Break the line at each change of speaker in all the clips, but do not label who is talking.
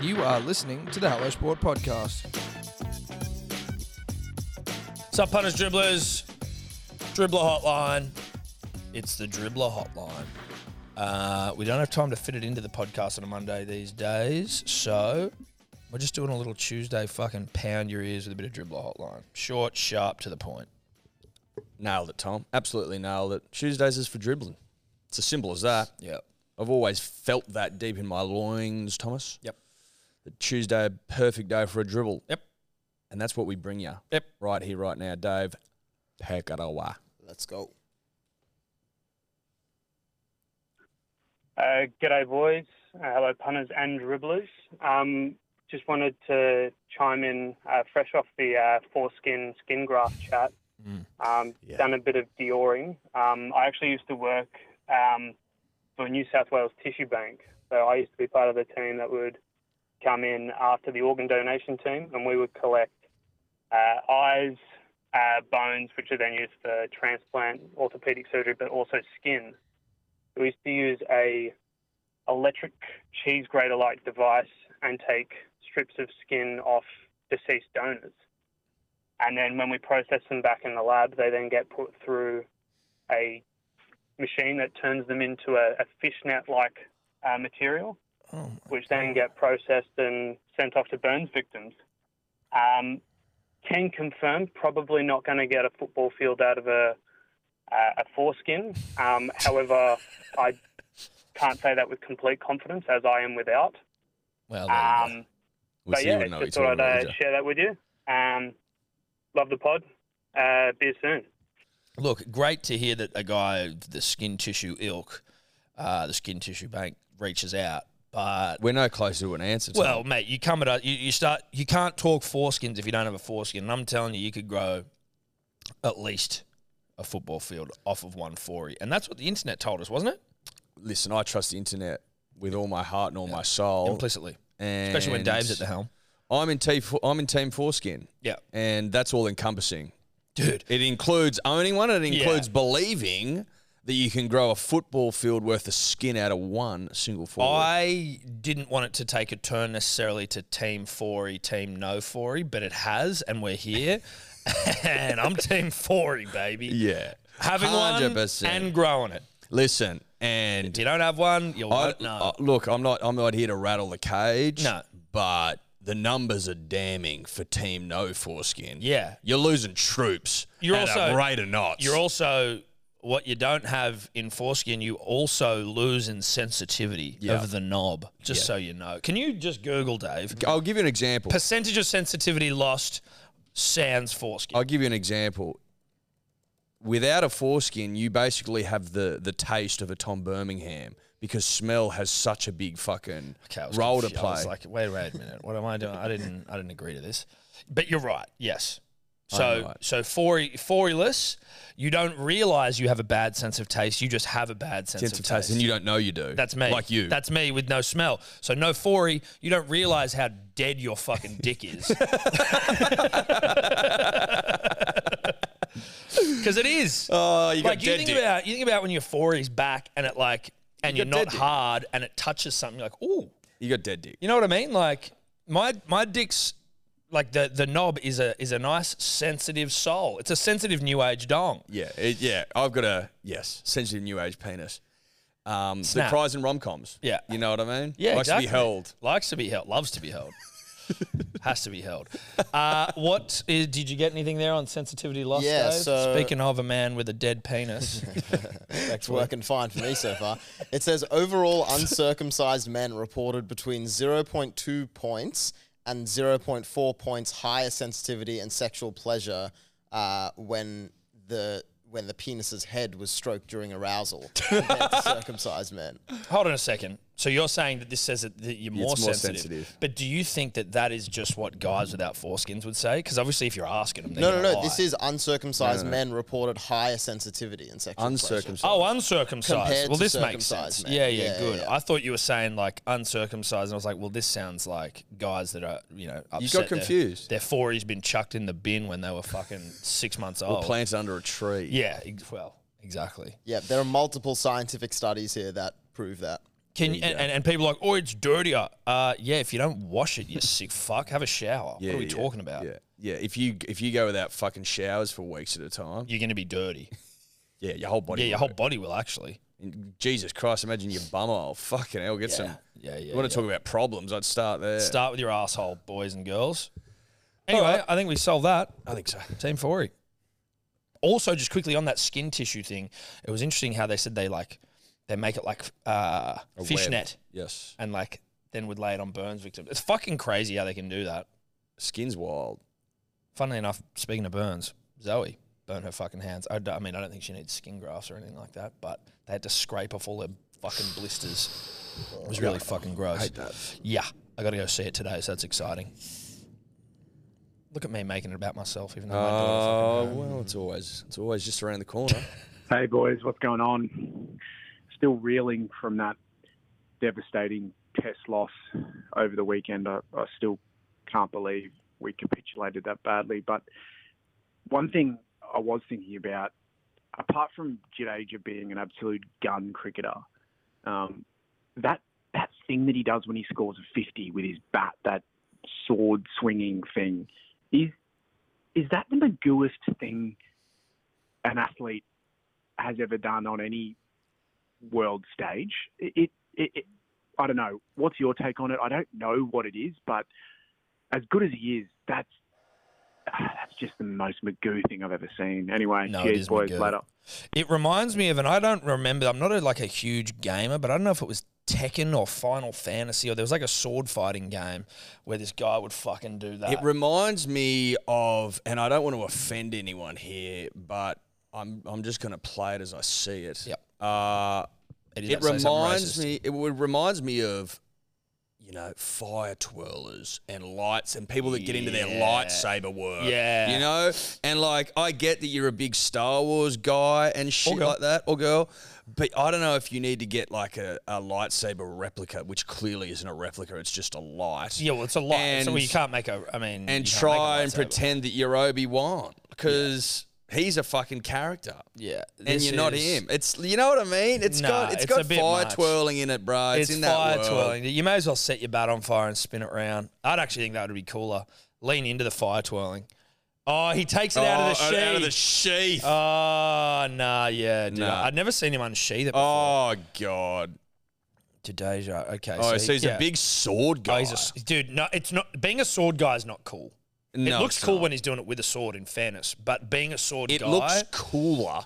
You are listening to the Hello Sport Podcast.
Sup, punters, dribblers, dribbler hotline. It's the dribbler hotline. Uh, we don't have time to fit it into the podcast on a Monday these days, so we're just doing a little Tuesday fucking pound your ears with a bit of dribbler hotline. Short, sharp, to the point.
Nailed it, Tom. Absolutely nailed it. Tuesdays is for dribbling. It's as simple as that.
Yep.
I've always felt that deep in my loins, Thomas.
Yep.
That Tuesday, a perfect day for a dribble.
Yep.
And that's what we bring you.
Yep.
Right here, right now, Dave. Take it away.
Let's go.
Uh, g'day, boys. Uh, hello, punters and dribblers. Um, just wanted to chime in uh, fresh off the uh, foreskin skin graft chat. Um, Done a bit of Dioring. Um, I actually used to work um, for New South Wales Tissue Bank. So I used to be part of the team that would come in after the organ donation team and we would collect uh, eyes, uh, bones, which are then used for transplant, orthopedic surgery, but also skin we used to use a electric cheese grater like device and take strips of skin off deceased donors. And then when we process them back in the lab, they then get put through a machine that turns them into a, a fishnet like uh, material,
Oh
which then get processed and sent off to burns victims. Um, can confirm, probably not going to get a football field out of a uh, a foreskin. Um, however, I can't say that with complete confidence, as I am without.
Well, Oh, there you go.
Um,
We'll
but
see you
yeah,
wouldn't know what
just
you're
thought I'd
talking about,
uh,
would ya?
share that with you. Um, love the pod. Uh, be soon.
Look, great to hear that a guy of the skin tissue ilk, uh, the skin tissue bank, reaches out. But
We're no closer to an answer. Tom.
Well, mate, you come at us, you, you start, you can't talk foreskins if you don't have a foreskin. And I'm telling you, you could grow at least a football field off of one foray. And that's what the internet told us, wasn't it?
listen, I trust the internet with all my heart and all my soul.
Implicitly.
Oh, And
Especially when Dave's at the helm.
I'm in, t- I'm in Team Foreskin.
Yeah.
And that's all encompassing.
Dude.
It includes owning one. It
Yeah.
includes believing that you can grow a football field worth of skin out of one single forward.
I didn't want it to take a turn necessarily to team foray, team no foray, but it has, and we're here. and I'm team foray, baby.
yeah,
Having one
100%.
and growing it.
Listen, and
If you don't have one, you
I,
won't know.
I- look, I'm not. I'm not here to rattle the cage.
No.
but the numbers are damning for Team No Foreskin.
Yeah.
you're losing troops.
You're
at
also-
a rate of knots.
You're also what you don't have in foreskin, you also lose in sensitivity
Yeah.
of the knob. Just
Yeah.
so you know, can you just Google Dave
I'll give you an example.
percentage of sensitivity lost sans foreskin?
I'll give you an example. Without a foreskin, you basically have the the taste of a Tom Birmingham because smell has such a big fucking
Okay, I was
role to
confused. I
play.
was like, wait, wait a minute, what am I doing? I didn't, I didn't agree to this. But you're right. Yes. So,
right.
so fory, foryless, you don't realize you have a bad sense of taste. You just have a bad sense,
sense of taste, and you don't know you do.
That's me.
Like you.
That's me with no smell. So no fory. You don't realize how dead your fucking dick is. Because it is.
oh, you
like you think about you think about when your fory's back and it like and you are
got
not
dead dick.
hard and it touches something. You're like ooh,
you got dead dick.
you know what I mean? Like my my dick's like the the knob is a is a nice sensitive soul. It's a sensitive new age dong.
Yeah, it, yeah. I've got a yes, sensitive new age penis. Um, the
Snap.
cries and rom coms.
Yeah.
you know what I mean.
Yeah,
likes
exactly.
to be held.
Likes to be held. Loves to be held. Has to be held. Uh, what is, did you get anything there on sensitivity loss?
Yeah,
Dave?
so-
speaking of a man with a dead penis,
It's working fine for me so far. It says overall uncircumcised men reported between 0.2 points and 0.4 points higher sensitivity and sexual pleasure uh, when the when the penis's head was stroked during arousal compared to circumcised men.
hold on a second. So you're saying that this says that, that you're more,
more
sensitive.
sensitive.
but do you think that that is just what guys without foreskins would say? Because obviously, if you're asking them, they're
No, no,
gonna
no. This
lie.
is uncircumcised men reported higher sensitivity and sexual pleasure.
Uncircumcised.
Oh, uncircumcised.
Compared
well,
to
this makes
circumcised
sense.
men.
Yeah, yeah,
Yeah,
good.
yeah, yeah.
I thought you were saying like uncircumcised, and I was like, well, this sounds like guys that are, you know, upset.
You got
their-
confused.
Their, forey's been chucked in the bin when they were fucking six months
Or
old.
planted under a tree.
yeah, ex- well, exactly.
Yeah, there are multiple scientific studies here that prove that.
Can you, and, and, and people are like, oh, it's dirtier. Uh, yeah, if you don't wash it, you sick fuck. Have a shower. what are we
yeah,
talking about?
Yeah, yeah. If you if you go without fucking showers for weeks at a time,
You're going to be dirty.
yeah, your whole body.
yeah, your
will
whole
hurt.
body will actually.
And Jesus Christ! Imagine your bummer. Oh, fucking hell, get some.
Yeah, yeah.
You want to talk about problems? I'd start there.
Start with your asshole, boys and girls. Anyway, I think we solved that. I think so. Team Foury. Also, just quickly on that skin tissue thing, it was interesting how they said they like they make it like uh,
A web.
fishnet
Yes,
and like then would lay it on burns victims. It's fucking crazy how they can do that.
skin's wild.
Funnily enough, speaking of burns, Zoe burned her fucking hands. I, d- I mean, I don't think she needs skin grafts or anything like that, but they had to scrape off all her fucking blisters. It was really fucking gross. Yeah, I got to go see it today, so that's exciting. Look at me making it about myself, even though I don't fucking
Oh
know.
well, it's always it's always just around the corner.
Hey boys, what's going on? Still reeling from that devastating test loss over the weekend. I, I still can't believe we capitulated that badly. But one thing I was thinking about, apart from Jadeja being an absolute gun cricketer, um, that that thing that he does when he scores a 50 with his bat, that sword swinging thing, is is that the gooest thing an athlete has ever done on any world stage. It, it, it, it- I don't know. What's your take on it? I don't know what it is, but as good as he is, that's that's just the most McGoo thing I've ever seen. Anyway,
No, it
cheers,
is
boys.
McGoo.
Later.
It reminds me of, and I don't remember. I'm not a, like a huge gamer, but I don't know if it was Tekken or Final Fantasy or there was like a sword fighting game where this guy would fucking do that.
It reminds me of, and I don't want to offend anyone here, but I'm I'm just going to play it as I see it.
Yep.
Uh,
It is
it
about to say something
reminds
racist.
me. It would- reminds me of, you know, fire twirlers and lights and people that get into their
Yeah.
lightsaber work.
Yeah.
You know, and like I get that you're a big Star Wars guy and shit
girl.
like that, or girl, but I don't know if you need to get like a, a lightsaber replica, which clearly isn't a replica. It's just a light
Yeah, well, it's a lot. So
And-
you can't make a. I mean,
and
you can't
try
make a
and
lightsaber.
pretend that you're Obi Wan because he's a fucking character.
Yeah,
And
this
you're not
is-
him. It's you know what I mean. It's
Nah,
got it's
it's a
got
bit
fire
much.
twirling in it, bro. It's,
It's,
in that
fire
world.
twirling. You may as well set your bat on fire and spin it round. I'd actually think that would be cooler. Lean into the fire twirling. Oh, he takes it out of the
Oh,
sheath.
Out of the sheath. Oh,
Oh, nah, yeah, dude.
Nah. Oh.
I'd never seen him unsheath it before.
god.
To Deja. Okay.
Oh, so he's
yeah.
a big sword
Oh,
guy.
he's a s- dude, no, it's not. Being a sword guy is not cool.
No,
it looks
it's
cool
not.
when he's doing it with a sword, in fairness. But being a sword
It
guy.
looks cooler.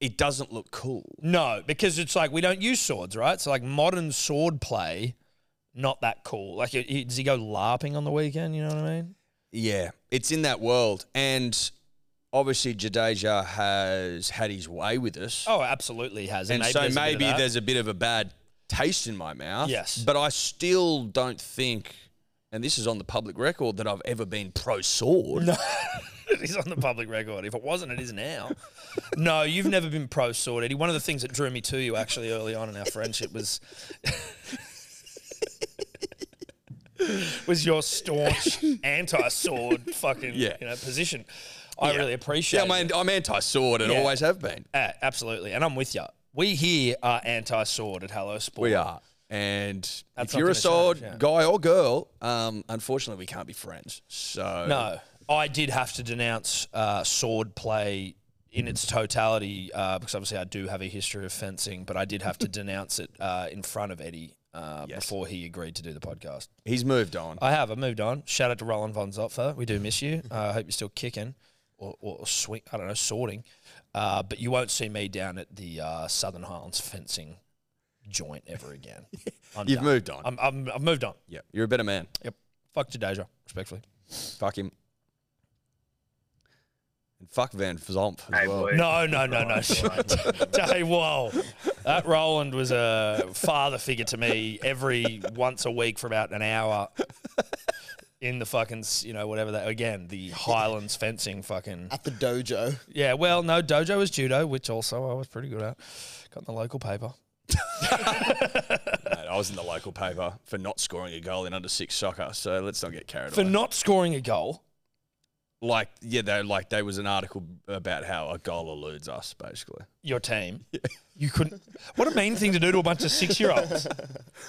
It doesn't look cool.
No, because it's like we don't use swords, right? So like modern sword play, not that cool. Like, it- it- does he go larping on the weekend? You know what I mean?
Yeah, it's in that world, and obviously Jadeja has had his way with us.
Oh, absolutely he has.
and
maybe
so
there's a bit of
maybe
that.
there's a bit of a bad taste in my mouth.
Yes.
but I still don't think, and this is on the public record, that I've ever been pro sword. No,
It is on the public record. If it wasn't, it is now. no, you've never been pro sword, Eddie. One of the things that drew me to you actually early on in our friendship was was your staunch anti-sword fucking
Yeah.
you know position. I really appreciate.
yeah, I mean,
it.
I'm anti-sword and
Yeah.
always have been.
Uh, absolutely, and I'm with you. We here are anti-sword at Hello Sport.
We are, and if
That's not
you're a
gonna
sword
change, yeah.
guy or girl, um, unfortunately we can't be friends. So
No, I did have to denounce uh, sword play in its totality uh, because obviously I do have a history of fencing, but I did have to denounce it uh, in front of Eddie uh, before he agreed to do the podcast.
he's moved on.
I have. I moved on. Shout out to Roland von Zopfer. We do miss you. Uh, I hope you're still kicking or, or, or swing. I don't know, sorting. Uh, but you won't see me down at the uh, Southern Highlands fencing joint ever again. I'm
You've
done.
moved on.
I'm, I'm, I've moved on.
yeah, you're a better man.
Yep. Fuck to Deja, respectfully.
Fuck him. And fuck Van Zomp as well.
No, no, no, no. Jay, whoa. That Roland was a father figure to me every once a week for about an hour in the fucking, s- you know, whatever that, again, the Highlands fencing fucking.
At the dojo.
Yeah, well, no, dojo was judo, which also I was pretty good at. Got in the local paper.
Mate, I was in the local paper for not scoring a goal in under six soccer, so let's not get carried
For
away.
not scoring a goal,
like yeah, they like there was an article about how a goal eludes us basically.
Your team. You couldn't. What a mean thing to do to a bunch of six year olds.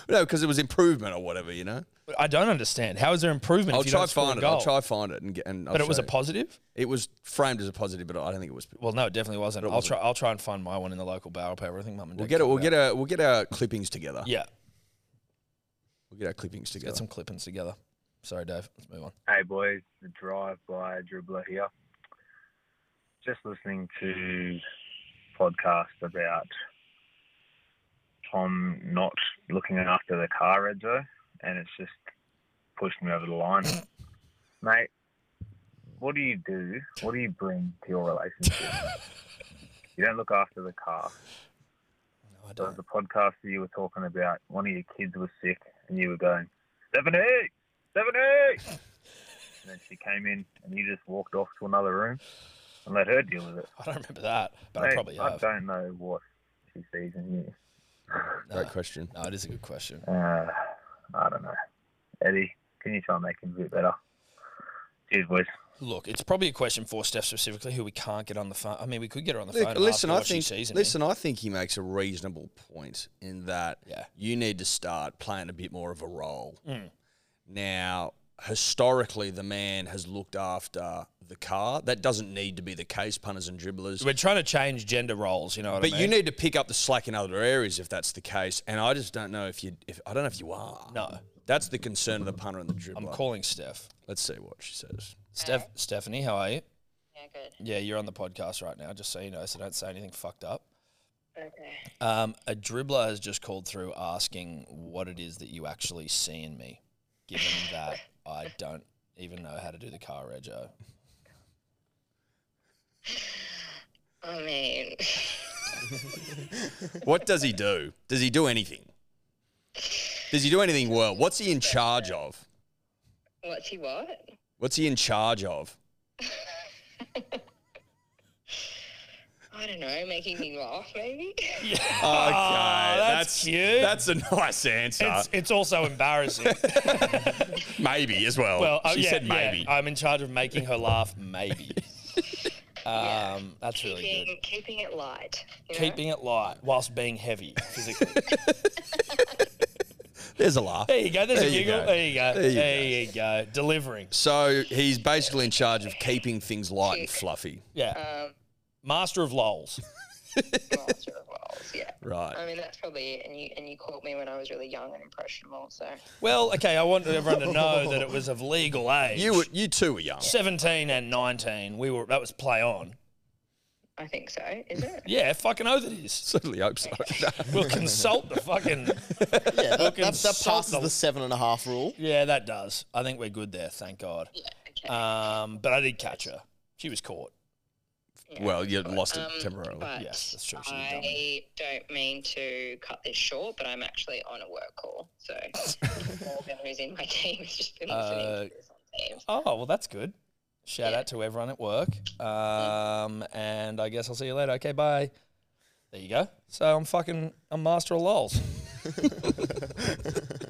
No, because it was improvement or whatever, you know.
I don't understand. How is there improvement?
I'll
if you
try
don't score a
find it.
goal?
I'll try find it and get. And I'll
But it was
show
a
you.
positive.
It was framed as a positive, but I don't think it was.
Well, no, it definitely wasn't. I'll try. I'll try and find my one in the local barrel paper. I think mum and dad.
We'll get it.
talked
We'll
about
get our we'll get our clippings together.
Yeah,
we'll get our clippings together.
get some clippings together. Sorry, Dave. Let's move on.
Hey boys, the drive by Dribbler here. Just listening to podcast about Tom not looking after the car, Redzo, and it's just pushed me over the line, mate. What do you do? What do you bring to your relationship? you don't look after the car.
No, I
There was
don't.
a podcast that you were talking about. One of your kids was sick, and you were going, Stephanie, Stephanie. and then she came in, and you just walked off to another room and let her deal with it.
I don't remember that, but I
Mate,
probably
I
have.
don't know what she sees in you.
uh,
Great question.
No, it is a good question.
Uh, I don't know. Eddie, can you try and make him a bit better? Cheers, boys.
Look, it's probably a question for Steph specifically, who we can't get on the phone. I mean, we could get her on the phone.
Look,
and
listen,
ask her
I
what she
think
sees in me.
listen, I think he makes a reasonable point in that
Yeah. Hmm.
you need to start playing a bit more of a role. Now, historically, the man has looked after the car. That doesn't need to be the case, punters and dribblers.
We're trying to change gender roles. You know what
But
I mean?
you need to pick up the slack in other areas if that's the case. And I just don't know if you if I don't know if you are.
No.
That's the concern of the punter and the dribbler.
I'm calling Steph.
Let's see what she says.
Steph, Stephanie, how are you?
Yeah, good.
Yeah, you're on the podcast right now, just so you know, so don't say anything fucked up.
Okay.
Um, a dribbler has just called through asking what it is that you actually see in me, given that I don't even know how to do the car rego.
I mean,
What does he do? Does he do anything? Does he do anything well? What's he in charge of?
what's he what?
What's he in charge of?
I don't know, making me laugh maybe?
Okay,
Oh, that's cute.
That's a nice answer.
it's also embarrassing.
maybe as well.
uh,
she
yeah,
said
yeah,
maybe.
I'm in charge of making her laugh, maybe. Um, that's really
keeping,
good.
keeping it light. you know?
Keeping it light whilst being heavy physically.
There's a laugh.
There you go. There's
There
a
you
giggle.
go.
There you go. There,
There
you,
you
go. Delivering.
So he's basically in charge of keeping things light and fluffy.
Yeah.
um,
Master of lols.
master of roles, yeah. I
Right.
mean that's probably it. And you and you caught me when I was really young and impressionable, so
Well, okay. I want everyone to know that it was of legal age.
You were, you two were young.
17 and 19. We were. That was play on.
I think so, is it?
Yeah. Fucking oath it is.
Certainly hope so.
We'll consult the fucking.
Yeah, that,
Fucking
that, that
salt
passes
them.
the seven and a half rule.
Yeah, that does. I think we're good there. Thank God.
Yeah, okay.
Um, but I did catch her. She was caught.
well, you lost it
Um,
temporarily.
but
Yes, that's true. She was dumb.
I don't mean to cut this short, but I'm actually on a work call. So Morgan, who's in my team, has just been listening
Uh,
to this on Teams.
Oh well, that's good. Shout
Yeah.
out to everyone at work. Um, and I guess I'll see you later. Okay, bye. There you go. So I'm fucking I'm master of lols.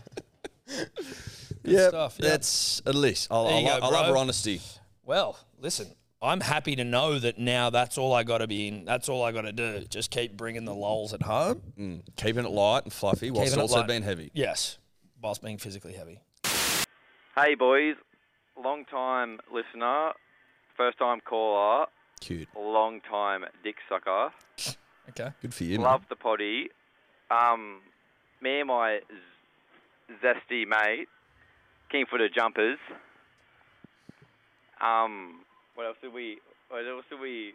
Yeah,
stuff, yeah.
that's at least. I, I,
you
lo-
go,
I love
bro.
her honesty.
Well, listen, I'm happy to know Oh, that now. That's all I got to be in. That's all I got to do. Just keep bringing the lols at home.
Mm, keeping it light and fluffy whilst
Keeping it
also
light.
being heavy.
Yes, whilst being physically heavy.
Hey boys, long time listener, first time caller,
Cute.
long time dick sucker.
Okay.
Good for you.
Love the potty. Um, me and my z- zesty mate, Kingfooter jumpers. Um, what else did we? What else did we?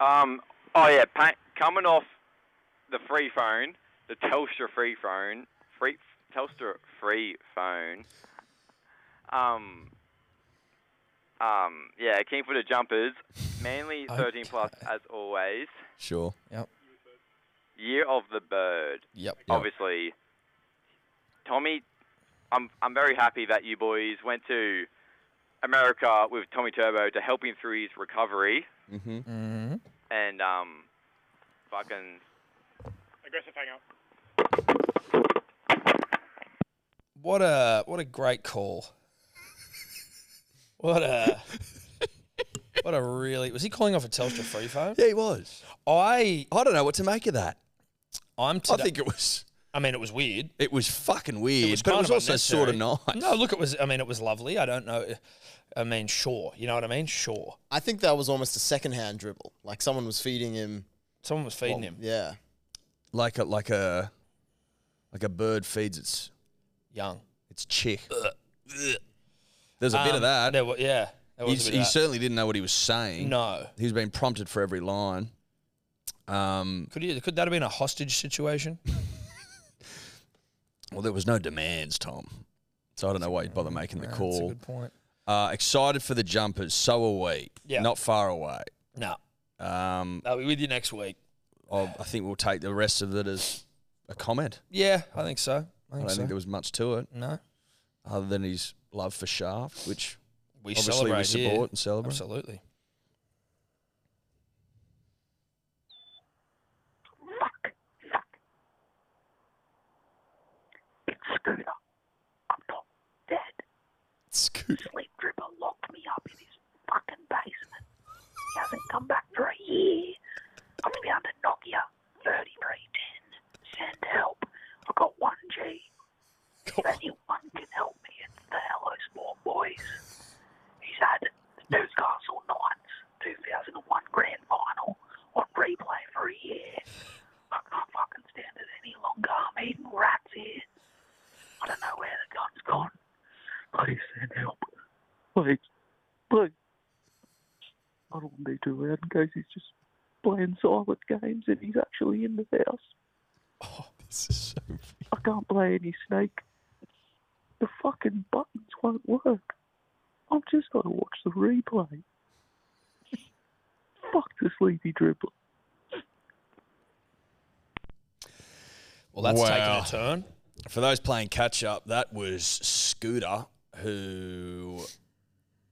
Um, oh yeah, pa- coming off the free phone, the Telstra free phone, free Telstra free phone. Um. Um, yeah, Kingfooter jumpers, Manly 13 plus
Okay.
as always.
mate. Sure.
Year of the Bird.
Yep.
Obviously, Tommy, I'm I'm very happy that you boys went to America with Tommy Turbo to help him through his recovery
Mm-hmm.
Mm-hmm.
and um, fucking
Aggressive hang up.
What a what a great call. What a what a really was he calling off a Telstra free phone?
Yeah, he was.
I
I don't know what to make of that.
I'm
I
today, I
think it was
mean it was weird.
it was fucking weird,
It was
but it
kind
was
of
also sort of nice.
No, look, it was. I mean, it was lovely. I don't know. I mean, sure. You know what I mean? Sure.
I think that was almost a secondhand dribble. Like someone was feeding him.
Someone was feeding him.
Yeah.
like a like a like a bird feeds its
Young.
its chick. There's a bit
Um,
of that.
There wa- yeah. There
He,
was a bit
he
of that.
certainly didn't know what he was saying.
No.
He's been prompted for every line. Um,
Could you, could that have been a hostage situation?
well, there was no demands, Tom. So I don't know why you'd bother making the
Yeah, That's a
call.
good point.
Uh, excited for the jumpers. So are we.
Yeah.
Not far away.
No.
Um,
I'll be with you next week.
I'll, I think we'll take the rest of it as a comment.
Yeah, I think so.
I
I think
don't
so.
think there was much to it
no.
other than his love for Shaft, which
We
obviously we
celebrate here.
support and celebrate.
Absolutely.
It's Scooter. I'm not dead.
Scooter.
Sleep Dripper locked me up in his fucking basement. He hasn't come back for a year. I'm down to Nokia 3310. Send help. I've got 1G. If anyone can help me, it's the Hello Small Boys. He's had the Newcastle Knights 2001 Grand Final on replay for a year. I can't fucking stand it any longer. I'm eating rats here. I don't know where the gun's gone. Please send help.
Please, please. I don't want to be too loud in case he's just playing silent games and he's actually in the house.
Oh,
I can't play any snake. The fucking buttons won't work. I've just got to watch the replay. Fuck the sleepy dribbler.
Well, that's
Wow.
taken a turn.
For those playing catch up, that was Scooter, who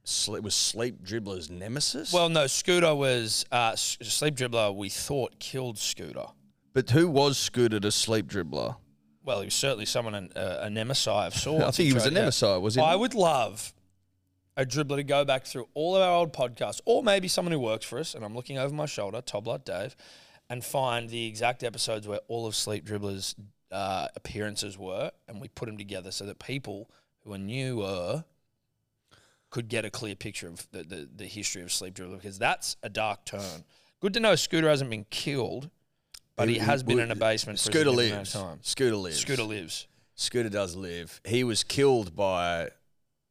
sle- was Sleep Dribbler's nemesis.
Well, no, Scooter was uh, S- sleep dribbler. We thought killed Scooter.
but who was Scooter to Sleep Dribbler?
Well, he was certainly someone an, uh, a nemesis of sorts.
I think he was a
Yeah.
nemesis, was he?
I
not?
would love a dribbler to go back through all of our old podcasts, or maybe someone who works for us, and I'm looking over my shoulder, Toblot Dave, and find the exact episodes where all of Sleep Dribbler's uh, appearances were, and we put them together so that people who are newer could get a clear picture of the, the, the history of Sleep Dribbler, because that's a dark turn. Good to know Scooter hasn't been killed, but he has been in a basement for a
Scooter
significant
lives.
amount of time.
Scooter lives.
Scooter lives.
Scooter does live. He was killed by,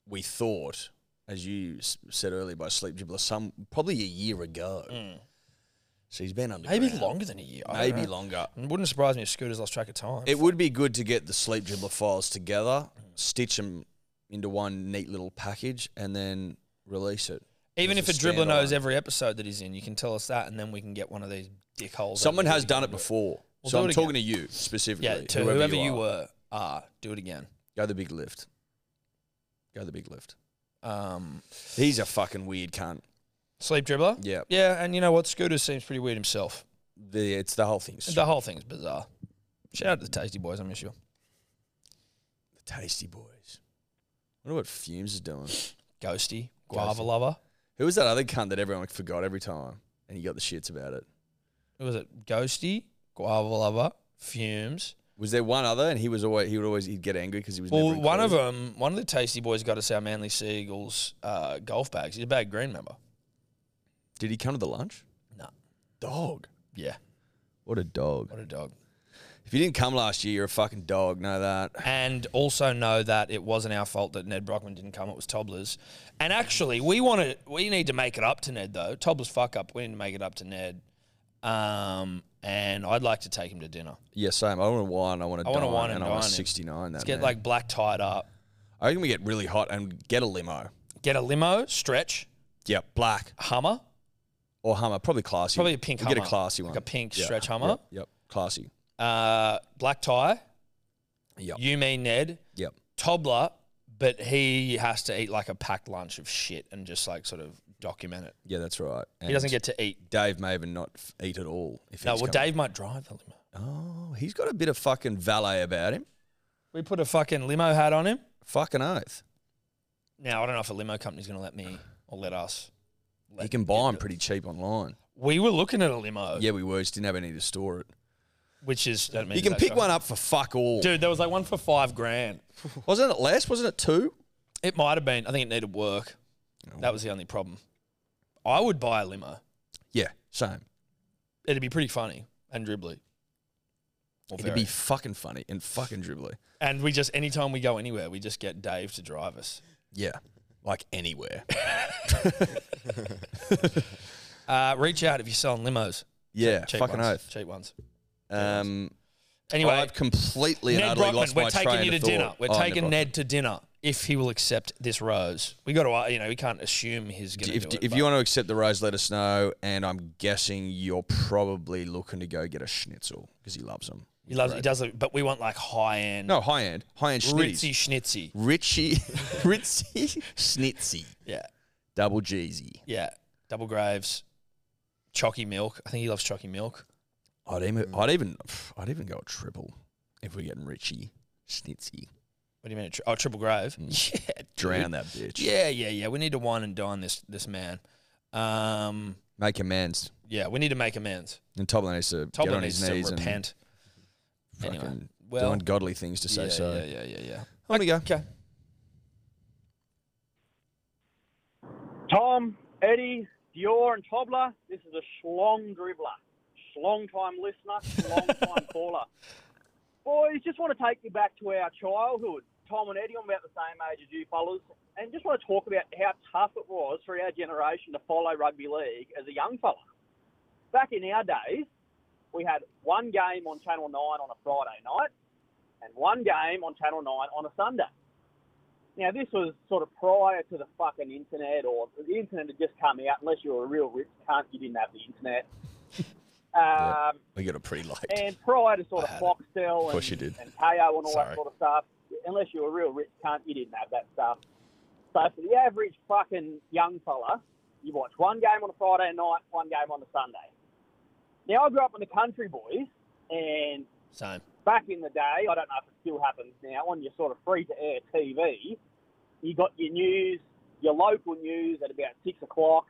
we thought, as you s- said earlier, by Sleep Dribbler, some probably a year ago. So he's been under
Mm. Maybe longer than a year. I don't
Maybe
know.
longer.
It wouldn't surprise me if Scooter's lost track of time.
It would be good to get the sleep dribbler files together, stitch them into one neat little package, and then release it.
Even
as
if a dribbler knows
standalone.
every episode that he's in, you can tell us that, and then we can get one of these dick holes. that
someone
we
has
can
done it
do
before.
We'll
so
do
I'm
it again.
talking to you specifically.
Yeah, to whoever, you, were, ah, do it again.
Go the big lift. Go the big lift.
Um,
He's a fucking weird cunt.
sleep dribbler.
Yeah,
Yeah, and you know what? Scooter seems pretty weird himself.
the, it's the whole thing. It's
The whole thing's bizarre. Shout out to the Tasty Boys. I miss you.
the tasty boys. I wonder what Fumes is doing.
Ghosty, Guava
Ghosty.
Lover.
Who was that other cunt that everyone forgot every time, and he got the shits about it?
Who was it? Ghosty, Guava Lover, Fumes.
Was there one other, and he was always he would always he'd get angry because he was
Well,
never
one of
included?
them, one of the Tasty Boys got us our Manly Seagulls uh, golf bags. He's a bag green member.
Did he come to the lunch?
No.
Dog.
Yeah.
What a dog.
What a dog.
If you didn't come last year, you're a fucking dog. Know that.
and also know that it wasn't our fault that Ned Brockman didn't come. It was Tobler's. And actually, we want to we need to make it up to Ned though. Tobler's fuck up. We need to make it up to Ned. Um, and I'd like to take him to dinner.
Yeah, same. I want a wine. I want a
I want a
dine,
wine
and
and
I want
dine him.
69. That
Let's get
man.
like black tied up.
I reckon we get really hot and get a limo.
Get a limo, stretch,
Yeah, black
Hummer,
or Hummer, probably classy.
probably a pink
We'll
Hummer,
Get a classy one.
like a pink
Yeah.
stretch
Yep,
Hummer,
Yep, classy.
uh, black tie.
Yep,
You mean Ned?
yep.
Tobler, but he has to eat like a packed lunch of shit and just like sort of document it.
Yeah, that's right.
He doesn't get to eat.
Dave may even not f- eat at all. If
No,
he's
well,
coming.
Dave might drive the limo.
Oh, he's got a bit of fucking valet about him.
We put a fucking limo hat on him.
Fucking oath.
Now I don't know if a limo company's going to let me or let us.
You can buy them pretty cheap online.
We were looking at a limo.
Yeah, we were. Just didn't have any to store it.
Which is that means
You can
that
pick
kind of-
one up for fuck all.
Dude, there was like one for five grand.
Wasn't it less? Wasn't it two?
It might have been. I think it needed work. That was the only problem. I would buy a limo.
Yeah, same.
It'd be pretty funny and dribbly. Or
It'd
very.
be fucking funny and fucking dribbly.
and we just anytime we go anywhere, we just get Dave to drive us.
Yeah, like anywhere.
Uh, reach out if you're selling limos.
Yeah, fucking
ones.
oath.
Cheap ones.
Um,
Anyway,
I've completely and
Ned
utterly
Brockman,
lost
we're
my
taking
train
you to
of
dinner.
thought.
We're
Oh,
taking
Brockman.
Ned to dinner if he will accept this rose. We got to, uh, you know, we can't assume he's going to.
If,
do it,
if you want to accept the rose, let us know. And I'm guessing you're probably looking to go get a schnitzel because he loves them.
but he loves, he does, it, but we want like high end,
No, high end, high end
ritzy
schnitzy,
schnitzy.
Richie, ritzy, schnitzy,
Yeah,
double Jeezy.
yeah, double graves, chalky milk. I think he loves chalky milk.
I'd even,
Mm.
I'd even, I'd even go a triple if we're getting Richie, schnitzy.
What do you mean? a Tri- oh, triple grave.
Mm.
Yeah, dude.
Drown that bitch.
Yeah, yeah, yeah. We need to wine and dine this this man. Um,
Make amends.
yeah, we need to make amends.
And Tobler needs to get
Tobler
on
needs
his knees
to
and
repent.
fucking
Anyway,
do
well-
ungodly things to say
yeah,
so.
yeah, yeah, yeah, yeah.
On we go.
Okay.
Tom, Eddie, Dior, and Tobler, this is a schlong dribbler. Schlong time listener, long time caller. Boys, just want to take you back to our childhood. Tom and Eddie, I'm about the same age as you fellas, and just want to talk about how tough it was for our generation to follow rugby league as a young fella. Back in our days, we had one game on Channel 9 on a Friday night and one game on Channel 9 on a Sunday. Now, this was sort of prior to the fucking internet, or the internet had just come out. Unless you were a real rich cunt, you didn't have the internet. Um,
We got a pretty late.
and prior to sort of
I had it.
Foxtel
Uh, Of
and,
course you did.
and KO and all
Sorry.
that sort of stuff, unless you were a real rich cunt, you didn't have that stuff. So for the average fucking young fella, you watch one game on a Friday night, one game on a Sunday. Now, I grew up in the country, boys, and
Same.
back in the day, I don't know if it still happens now, on your sort of free to air TV, you got your news, your local news at about six o'clock.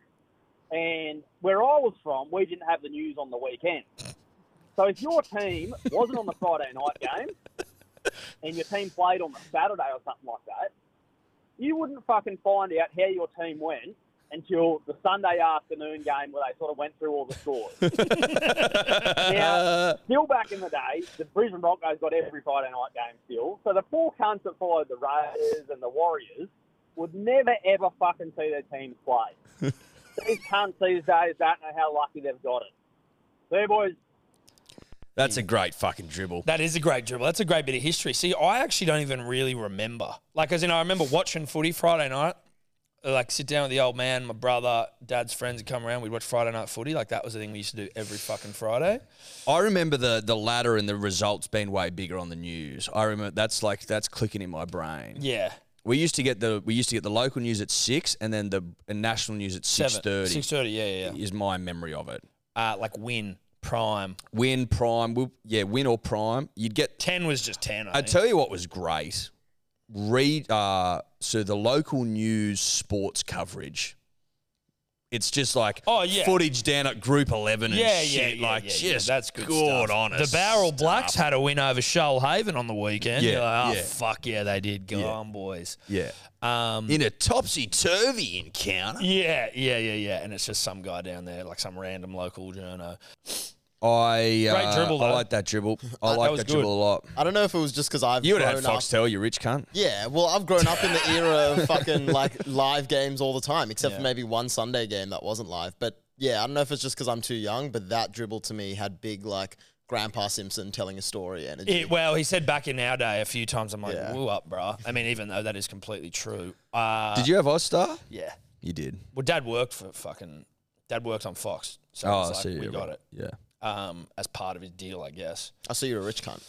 And where I was from, we didn't have the news on the weekend. So if your team wasn't on the Friday night game and your team played on the Saturday or something like that, you wouldn't fucking find out how your team went until the Sunday afternoon game where they sort of went through all the scores.
Uh,
now, still back in the day, the Brisbane Broncos got every Friday night game still. So the poor cunts that followed the Raiders and the Warriors would never ever fucking see their teams play. These cunts these days don't know how lucky they've got it. There, boys.
That's a great fucking dribble.
That is a great dribble. That's a great bit of history. See, I actually don't even really remember. Like, as in, I remember watching footy Friday night. Like, sit down with the old man, my brother, dad's friends would come around. We'd watch Friday night footy. Like, that was the thing we used to do every fucking Friday.
I remember the the ladder and the results being way bigger on the news. I remember that's like that's clicking in my brain.
Yeah.
We used to get the we used to get the local news at six, and then the and national news at six thirty.
Six thirty. Yeah, yeah. yeah.
Is my memory of it.
Uh, like win prime.
Win prime, we- yeah, win or prime. You'd get
Ten was just ten. I,
I
think.
tell you what was great. Read uh, so the local news sports coverage. It's just like
Oh, yeah.
footage down at Group Eleven and
yeah, yeah,
shit.
yeah,
like
yeah,
just
yeah, that's good.
good
stuff.
on us.
The Barrel Blacks had a win over Shoalhaven on the weekend.
Yeah,
You're like, oh
yeah.
fuck yeah, they did. Go
Yeah.
on, boys.
yeah,
Um,
in a topsy turvy encounter.
Yeah, yeah, yeah, yeah. And it's just some guy down there, like some random local journo.
I uh,
Great dribble,
I
though.
like that dribble. I like
was
that
good.
dribble a lot.
I don't know if it was just because I've
You would
grown
have had
up.
Foxtel, you rich cunt.
Yeah, well, I've grown up in the era of fucking like live games all the time, except for maybe one Sunday game that wasn't live. But yeah, I don't know if it's just because I'm too young, but that dribble to me had big like Grandpa Simpson telling a story energy.
It, well, he said back in our day a few times, I'm like,
Yeah.
woo up, bruh. I mean, even though that is completely true. Uh,
Did you have Ozstar?
yeah.
You did.
Well, dad worked for fucking, dad worked on Fox. So
Oh,
it's
I
like,
see.
we
yeah,
got
right.
it
Yeah.
um, as part of his deal, I guess.
I saw you're a rich cunt.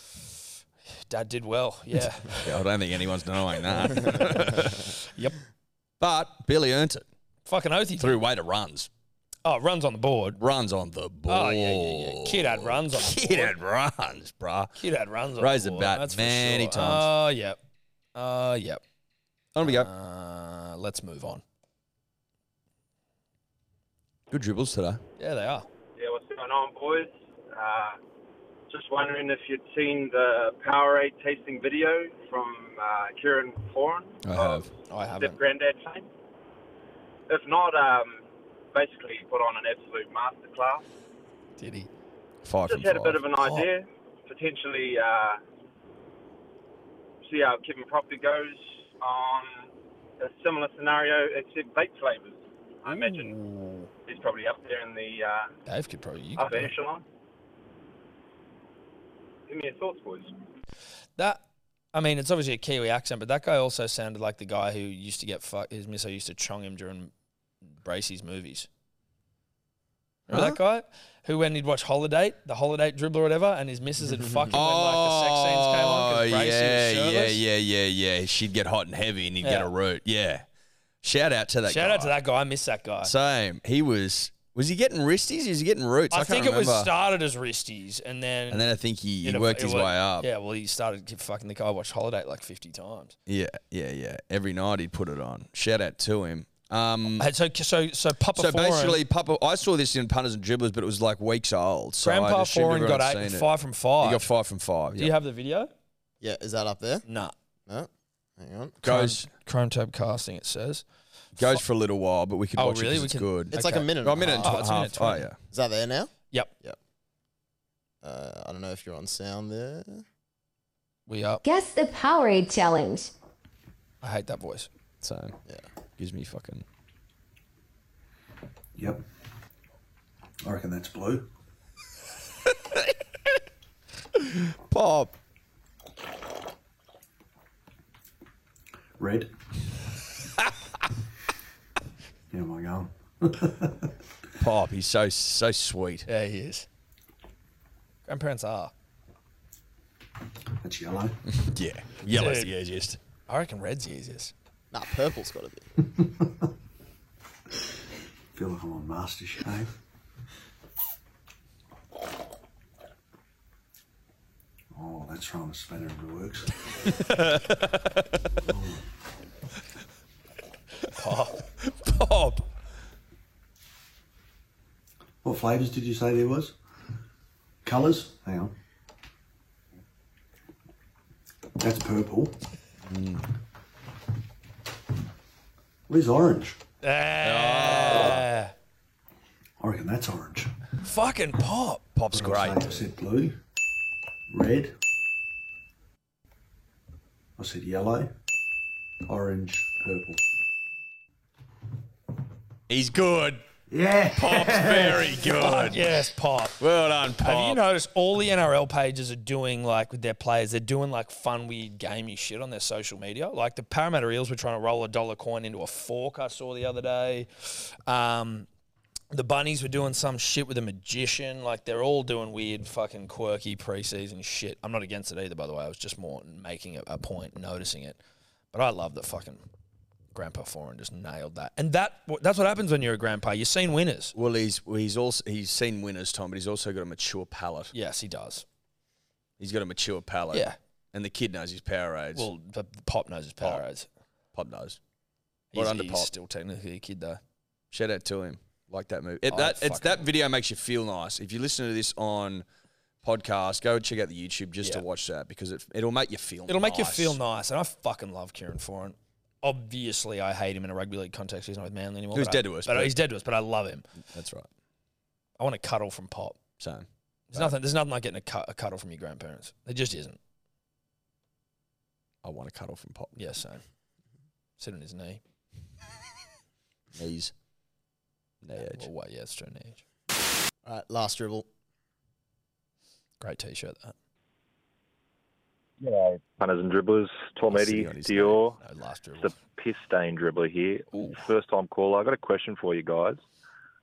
Dad did well. Yeah.
yeah. I don't think anyone's denying that.
yep.
but Billy earned it
Fucking oath he
through way to runs.
Oh, runs on the board.
Runs on the board.
Oh, yeah, yeah, yeah. Kid had runs on the
Kid
board.
had runs, bruh.
Kid had runs on
Raised
the
the
board.
bat
that's for
many
sure.
times.
Oh, yep. Oh, yep.
On we go.
Uh, Uh, let's move on.
Good dribbles today.
Yeah, they are.
Yeah, what's going on, boys? Uh, just wondering if you'd seen the Powerade tasting video from uh, Kieran Foran,
I have.
Oh, I
Step Granddad fame. If not, um, basically put on an absolute masterclass.
Did he?
Five
Just
from
had a
five.
bit of an
Oh,
idea, potentially uh, see how Kevin Proctor goes on a similar scenario, except vape flavours. I imagine he's probably up there in the uh,
Dave could probably. You could
upper
probably-
echelon. Give me your thoughts, boys.
That I mean, it's obviously a Kiwi accent, but that guy also sounded like the guy who used to get fucked. His misso used to chong him during Bracey's movies. Remember that guy who, when he'd watch Holiday, the Holiday dribble or whatever, and his missus had fucked him when like the sex scenes came on.
Oh
'cause Bracey was
yeah, yeah,
shirtless?
yeah, yeah, yeah. She'd get hot and heavy, and he'd get
Yeah.
a root. Yeah. Shout out to that.
Shout
guy.
out to that guy. I miss that guy.
Same. He was. Was he getting wristies? Was he getting roots? I,
I,
can't
think it was
remember.
started as wristies, and then
And then I think he,
it
he
ev-
worked
it
his
wa-
way up.
Yeah, well, he started to fucking the guy. I watched Holiday like fifty times.
Yeah, yeah, yeah. Every night he'd put it on. Shout out to him. Um,
Hey, so so so Papa.
so
Foreign-
basically, Papa, I saw this in punters and dribblers, but it was like weeks old. So
Grandpa
I assumed
Foreign got
everyone's
eight-
seen it.
five from five.
He got five from five.
do
yeah.
you have the video?
Yeah, is that up there?
No.
No. Hang on.
goes
Chrome tab casting? It says
goes for a little while, but we can
Oh,
watch
really?
it. 'cause
We
It's
can-
good.
It's like a minute.
Oh, a minute and
half.
tw- half. Oh, yeah.
Is that there now?
Yep.
Yep. Uh, I don't know if you're on sound there.
We up.
Guess the Powerade challenge.
I hate that voice.
So
yeah,
gives me fucking.
Yep. I reckon that's blue.
Pop.
Red. How am I going?
Pop, he's so so sweet.
Yeah, he is. Grandparents are.
that's yellow.
yeah, yellow's
Dude.
the easiest.
I reckon red's easiest.
Nah, purple's got to be.
Feel like I'm on MasterChef. Oh, that's throwing a spanner into the works.
Pop. Pop.
What flavours did you say there was? Colours? Hang on. That's purple. Where's orange?
Ah.
I reckon that's orange.
Fucking pop.
Pop's
I said- I said blue, red. I said yellow, orange, purple.
He's good.
Yeah.
Pop's very good.
yes, Pop.
Well done, Pop.
Have you noticed all the NRL pages are doing like with their players? They're doing like fun, weird, gamey shit on their social media. Like the Parramatta Eels were trying to roll a dollar coin into a fork. I saw the other day. Um, the Bunnies were doing some shit with a magician. Like they're all doing weird, fucking quirky preseason shit. I'm not against it either, by the way. I was just more making it a point, noticing it. But I love that fucking Grandpa Foreign just nailed that. And that that's what happens when you're a grandpa. You're seen winners.
Well, he's he's also he's seen winners, Tom, but he's also got a mature palate.
Yes, he does.
He's got a mature palate.
Yeah.
And the kid knows his Powerades.
Well, the Pop knows his Powerades.
Pop, knows.
He's,
What under
he's
Pop?
still technically a kid though.
Shout out to him. Like that movie. It-
Oh,
that it's
fucking-
that video makes you feel nice. If you listen to this on podcast, go check out the YouTube just to
Yeah.
watch that because it it'll make you feel.
It'll make you
nice.
feel nice, and I fucking love Kieran Foran. Obviously, I hate him in a rugby league context. He's not with Manly anymore.
He was
but I-
dead to us,
but
but-
he's dead to us. But I love him.
That's right.
I want to cuddle from Pop.
Same.
There's nothing. There's nothing like getting a, cu- a cuddle from your grandparents. There just isn't.
I want to cuddle from Pop.
Yeah, same. Sit on his knee.
Knees. Knee edge.
Well, wait, yeah, it's true. Knee edge.
All right, last dribble.
Great t-shirt. That.
Yeah, punters and dribblers. Tom Eddy, Dior. It's a piss stain dribbler here. First time caller. I got a question for you guys.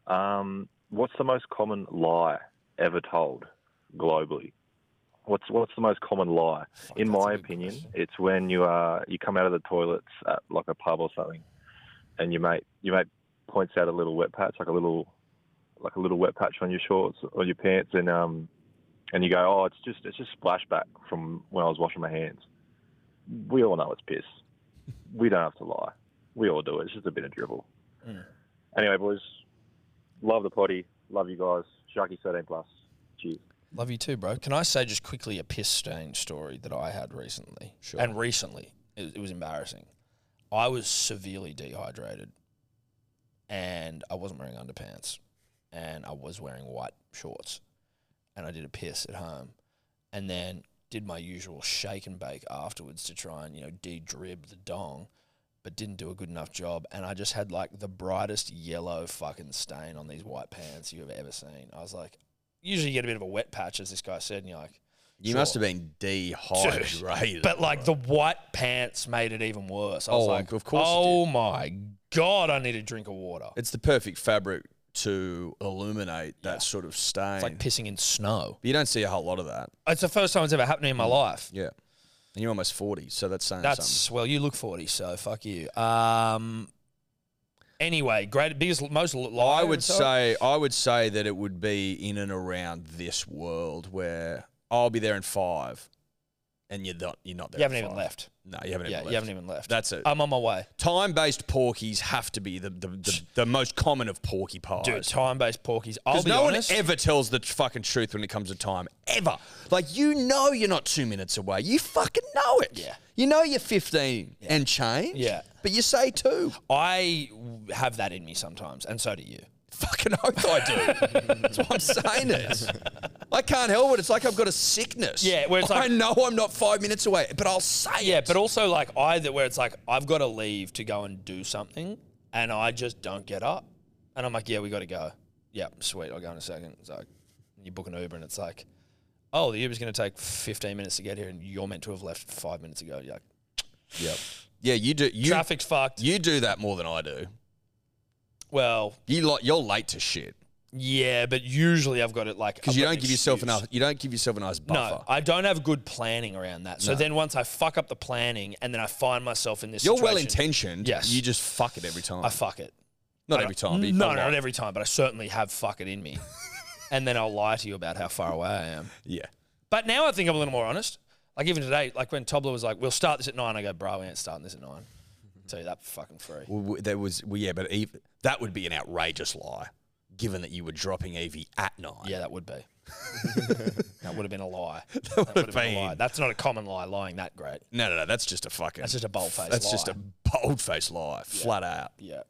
Um, what's the most common lie ever told globally? What's what's the most common lie? In my opinion, it's when you are you come out of the toilets at like a pub or something, and your mate your mate points out a little wet patch, like a little like a little wet patch on your shorts or your pants, and um, and you go, oh, it's just it's just splashback from when I was washing my hands. We all know it's piss. We don't have to lie. We all do it. It's just a bit of dribble. Anyway, boys, love the potty. Love you guys. Sharky 13 plus. Cheers.
Love you too, bro. Can I say just quickly a piss stain story that I had recently? Sure. And recently, it, it was embarrassing. I was severely dehydrated, and I wasn't wearing underpants, and I was wearing white shorts, and I did a piss at home, and then did my usual shake and bake afterwards to try and you know de-drib the dong, but didn't do a good enough job, and I just had like the brightest yellow fucking stain on these white pants you've ever seen. I was like, usually you get a bit of a wet patch, as this guy said, and you're like,
You must have been
Dude,
dehydrated.
But like the white pants made it even worse. I was
Oh,
like,
of course it
Oh my god, I need a drink of water.
It's the perfect fabric to illuminate that sort of stain. It's like
pissing in snow.
But you don't see a whole lot of that.
It's the first time it's ever happened in my life.
Mm. Yeah. And you're almost 40, so that's saying
That's
something.
well, you look forty, so fuck you. Um. Anyway, great biggest most lie.
I would say I would say that it would be in and around this world where I'll be there in five, and you're not you're not there.
You
at
haven't even
five.
left.
No, you haven't.
Yeah,
even
you
left.
haven't even left.
That's it.
I'm on my way.
Time based porkies have to be the the, the, the most common of porky pies.
dude, time based porkies. I'll
Because
be
no
honest.
one ever tells the t- fucking truth when it comes to time, ever. Like you know, you're not two minutes away. You fucking know it. Yeah. You know you're 15 and change.
Yeah.
But you say two.
I have that in me sometimes, and so do you.
Fucking oath I do. That's why I'm saying it. I can't help it. It's like I've got a sickness.
Yeah, where it's like
I know I'm not five minutes away, but I'll say
yeah, but also like I that where it's like I've got to leave to go and do something, and I just don't get up, and I'm like, yeah, we got to go. Yeah, sweet, I'll go in a second. It's like you book an Uber, and it's like, oh, the Uber's going to take 15 minutes to get here, and you're meant to have left five minutes ago. You're like,
Yep. Yeah, you do. You,
Traffic's fucked.
You do that more than I do.
well,
You like you're late to shit
yeah, but usually I've got it like
because
I've
you
got
don't
an
give yourself
excuse.
enough. You don't give yourself a nice buffer.
No, I don't have good planning around that. So
No.
then once I fuck up the planning, and then I find myself in this.
You're
situation-
well intentioned.
Yes.
You just fuck it every time.
I fuck it.
Not
I-
every time, but
No,
you- a
no,
lot.
not every time, but I certainly have fuck it in me. and then I'll lie to you about how far away I am.
Yeah.
But now I think I'm a little more honest. Like even today, like when Tobler was like, "We'll start this at 9, I go, "Bro, we ain't starting this at 9 tell you that for fucking free.
Well, w- there was. Well, yeah, but Eve, that would be an outrageous lie, given that you were dropping Evie at nine.
Yeah, that would be. that would have been a lie. That
would
would've been a lie. That's not a common lie. Lying that great.
No, no, no. That's just a fucking.
That's just a bold-faced
That's
lie.
just a bold faced lie, flat out.
Yeah.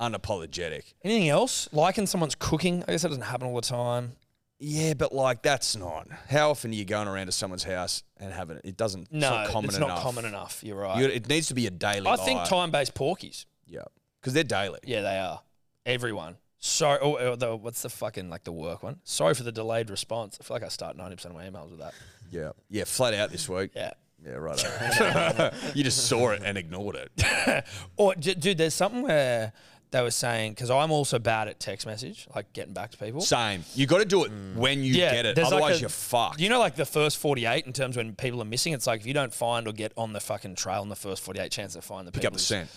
Unapologetic.
Anything else? Liking someone's cooking? I guess that doesn't happen all the time.
Yeah, but like that's not. How often are you going around to someone's house and having it? It doesn't.
No,
it's not common
it's not
enough.
common enough. You're right.
You- it needs to be a daily.
I think
lie.
time-based porkies.
Yeah, because they're daily.
Yeah, they are. Everyone. Sorry. Oh, oh, the, what's the fucking like the work one? Sorry for the delayed response. I feel like I start ninety percent of my emails with that.
Yeah, yeah, flat out this week.
Yeah,
yeah, right. you just saw it and ignored it.
Or d- dude, there's something where they were saying because I'm also bad at text message, like getting back to people.
Same. You got to do it when you
Mm. Yeah,
get it.
there's like
Otherwise,
a-
you're fucked.
You know, like the first 48 in terms when people are missing, it's like if you don't find or get on the fucking trail in the first 48, chance to find the
Pick
people
up the
is
scent.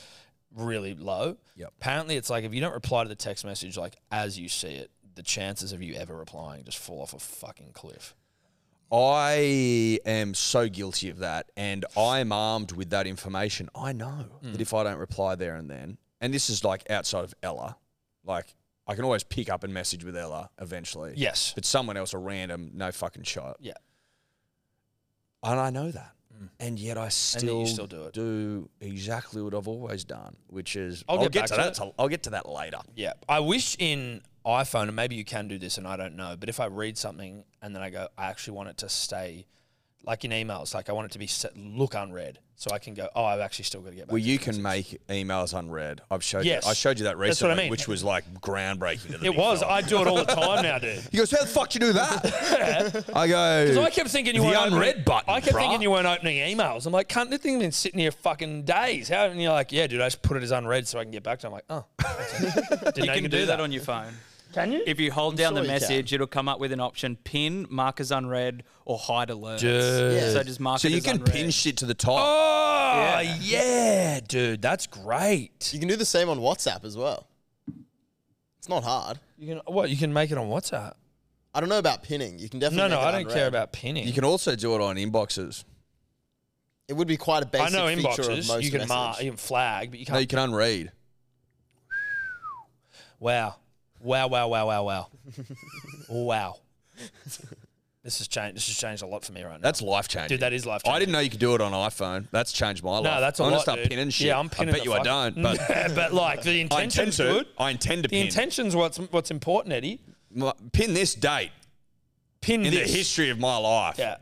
Really low.
Yep.
Apparently, it's like if you don't reply to the text message like as you see it, the chances of you ever replying just fall off a fucking cliff.
I am so guilty of that, and I'm armed with that information. I know
Mm.
that if I don't reply there and then, and this is like outside of Ella, like I can always pick up and message with Ella eventually.
Yes.
but someone else, a random, no fucking shot.
Yeah. Mm.
and I know that, and yet I still,
still do it.
exactly what I've always done, which is
I'll
I'll,
get
get,
back
to
to
that.
it.
till- I'll get to that later.
Yeah. I wish in iPhone, and maybe you can do this and I don't know, but if I read something and then I go, I actually want it to stay, like in emails, like I want it to be set, look unread. So I can go, oh, I've actually still got to get back.
Well, you can make emails unread. I've showed
Yes.
you. I showed you that recently,
That's what I mean.
which was like groundbreaking. To the
It
big
was.
fella.
I do it all the time now, dude.
He goes, how the fuck you do that? I go.
Because I kept thinking you
the
weren't
unread
opening,
button.
I kept
bruh."
thinking you weren't opening emails. I'm like, cunt, this thing's been sitting here fucking days. How? And you're like, yeah, dude, I just put it as unread so I can get back to. it. I'm like, oh, okay.
you
know
can
could
do that on your phone.
Can you?
If you hold
I'm
down
sure
the
you can.
message, it'll come up with an option: pin, mark as unread, or hide alerts.
Dude.
So just mark
So
it
you
as
can
unread.
pin shit to the top.
Oh yeah. dude, that's great.
You can do the same on WhatsApp as well. It's not hard.
You can what? You can make it on WhatsApp.
I don't know about pinning. You can definitely. make it unread.
pinning. You can also do it on inboxes.
It would be quite a basic
I know
feature of
inboxes.
most
You can mark,
messages.
you can flag, but you can't.
No, you can unread.
Wow. Wow, wow, wow, wow, wow. wow. This has changed this has changed a lot for me right now.
That's life changing.
Dude, that is life
I didn't know you could do it on iPhone. That's changed my life.
No, that's a
I'm
lot,
gonna start
dude.
pinning shit.
Yeah, I'm pinning
I bet
the
you I
fuck-
don't. But
But, like, the
I intend
intention's
to.
good.
I intend to
The
pin.
intention's what's what's important, Eddie.
Pin this date.
Pin
in
this.
the history of my life.
Yeah.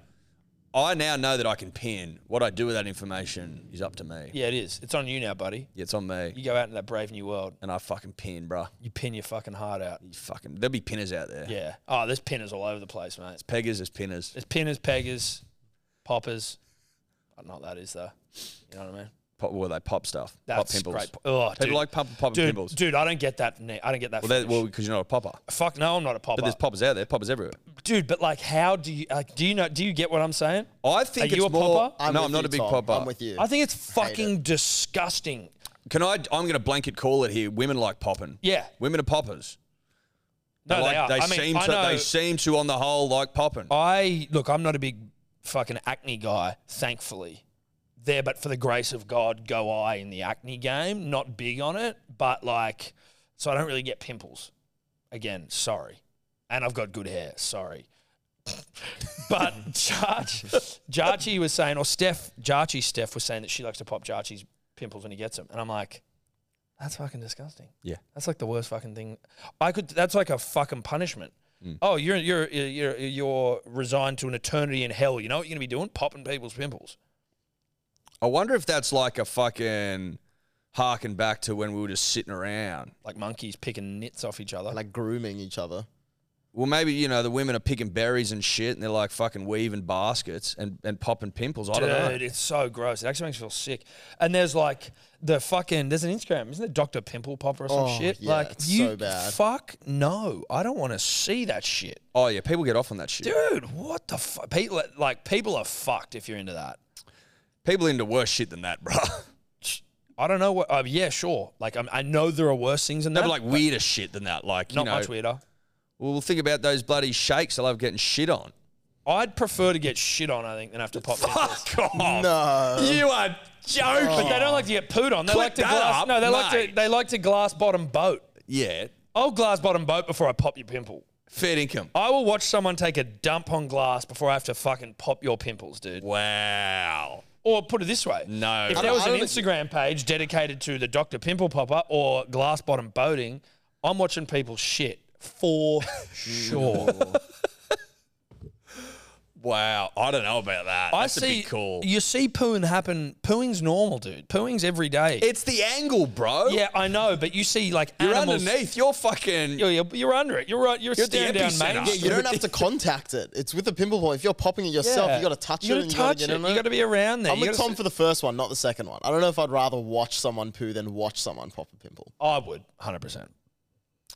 I now know that I can pin. What I do with that information is up to me.
Yeah, it is. It's on you now, buddy.
Yeah, it's on me.
You go out into that brave new world.
And I fucking pin, bruh.
You pin your fucking heart out.
You fucking there'll be pinners out there.
Yeah. Oh, there's pinners all over the place, mate.
Peggers is pinners.
There's pinners, peggers, poppers. I don't know what that is though. You know what I mean?
Pop, well, they pop stuff. pop
That's
pimples.
great. Oh,
People
dude.
like pop, popping
dude,
pimples.
Dude, I don't get that. ne- I don't get that.
Well, that,
finish.
well, because you're not a popper.
Fuck no, I'm not a popper.
But there's poppers out there. Poppers everywhere.
dude, but like, how do you like? Do you know? Do you get what I'm saying?
I think
Are you
it's
a
more-
popper?
I'm No, with I'm not you, a big Tom. popper. I'm with you.
I think it's fucking disgusting.
Can I? I'm going to blanket call it here. Women like popping.
Yeah.
Women are poppers.
No,
like,
they are.
They
I mean,
seem
I
to.
know- Oh.
They seem to, on the whole, like popping.
I look. I'm not a big fucking acne guy. Thankfully, there. But for the grace of God, go I in the acne game. Not big on it, but like, so I don't really get pimples. Again, sorry. And I've got good hair. Sorry. but Jarch, Jarchi was saying, or Steph, Jarchi, Steph was saying that she likes to pop Jarchi's pimples when he gets them, and I'm like, that's fucking disgusting.
Yeah.
That's like the worst fucking thing. I could. That's like a fucking punishment.
Mm.
Oh, you're you're you're you're resigned to an eternity in hell. You know what you're gonna be doing? Popping people's pimples.
I wonder if that's like a fucking harken back to when we were just sitting around.
Like monkeys picking nits off each other.
Like grooming each other. Well, maybe, you know, the women are picking berries and shit and they're like fucking weaving baskets and, and popping pimples. I
Dude,
don't know.
it's so gross. It actually makes me feel sick. And there's like the fucking there's an Instagram, isn't it? Doctor Pimple Popper or some
Oh,
shit.
yeah,
like
it's
you
so bad.
fuck no. I don't want to see that shit.
Oh, yeah. People get off on that shit.
Dude, what the fuck? People like people are fucked if you're into that.
People into worse shit than that, bro.
I don't know what. Uh, yeah, sure. Like I'm, I know there are worse things than
No,
that.
but like
but
weirder shit than that. Like, you
Not
know,
much weirder.
Well, think about those bloody shakes I love getting shit on.
I'd prefer to get shit on. I think than have to pop. Fuck
off. No. You are joking.
But they don't like to get pooed on. They
Click
like to
that
glass.
up,
no, they like to.
mate.
They like to glass bottom boat.
Yeah.
I'll glass bottom boat before I pop your pimple.
Fair income.
I will watch someone take a dump on glass before I have to fucking pop your pimples, dude.
Wow.
Or put it this way.
No.
If there was an Instagram page dedicated to the Dr. Pimple Popper or glass bottom boating, I'm watching people shit for sure.
Wow. I don't know about that.
I
That's
see
a big call.
you see pooing happen. Pooing's normal, dude. Pooing's every day.
It's the angle, bro.
Yeah, I know, but you see like
You're
animals-
underneath. You're fucking.
You're, you're, you're under it. You're right. You're, staring down main.
Yeah, you don't have to contact it. It's with a pinball point. If you're popping it yourself,
Yeah.
you got to touch
You
it.
gotta
and you gotta
touch
get
it.
in
You gotta be around there.
I'm
You
with
gotta
Tom for the first one, not the second one. I don't know if I'd rather watch someone poo than watch someone pop a pimple.
I would, hundred percent.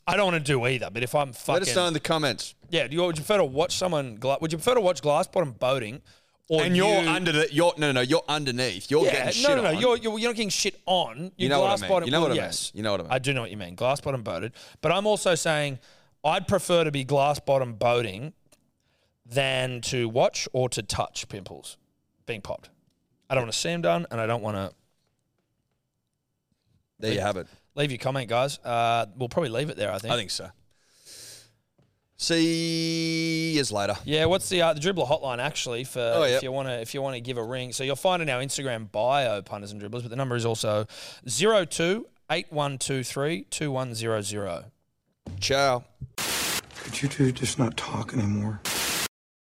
I don't want to do either. But if I'm fucking,
Let us know in the comments.
yeah. Do you, would you prefer to watch someone? Gla- would you prefer to watch glass bottom boating? Or
and
you,
are under the. You're, no, no, no. You're underneath. You're
yeah,
getting Oh, shit
no, no, no.
on.
You're, you're you're not getting shit on.
You
You're
know what I
glass
mean.
bottom.
You know what I mean.
yes.
You know what I mean.
I do know what you mean. Glass bottom boated. But I'm also saying I'd prefer to be glass bottom boating than to watch or to touch pimples being popped. I don't want to see them done, and I don't want to.
there you have it.
Leave your comment, guys. Uh, we'll probably leave it there. I think.
I think so. See years later.
Yeah, what's the uh, the dribbler hotline actually for
Oh, yeah.
if you want to if you want to give a ring? So you'll find in our Instagram bio punters and dribblers, but the number is also 02 8123 2100.
Ciao.
Could you two just not talk anymore?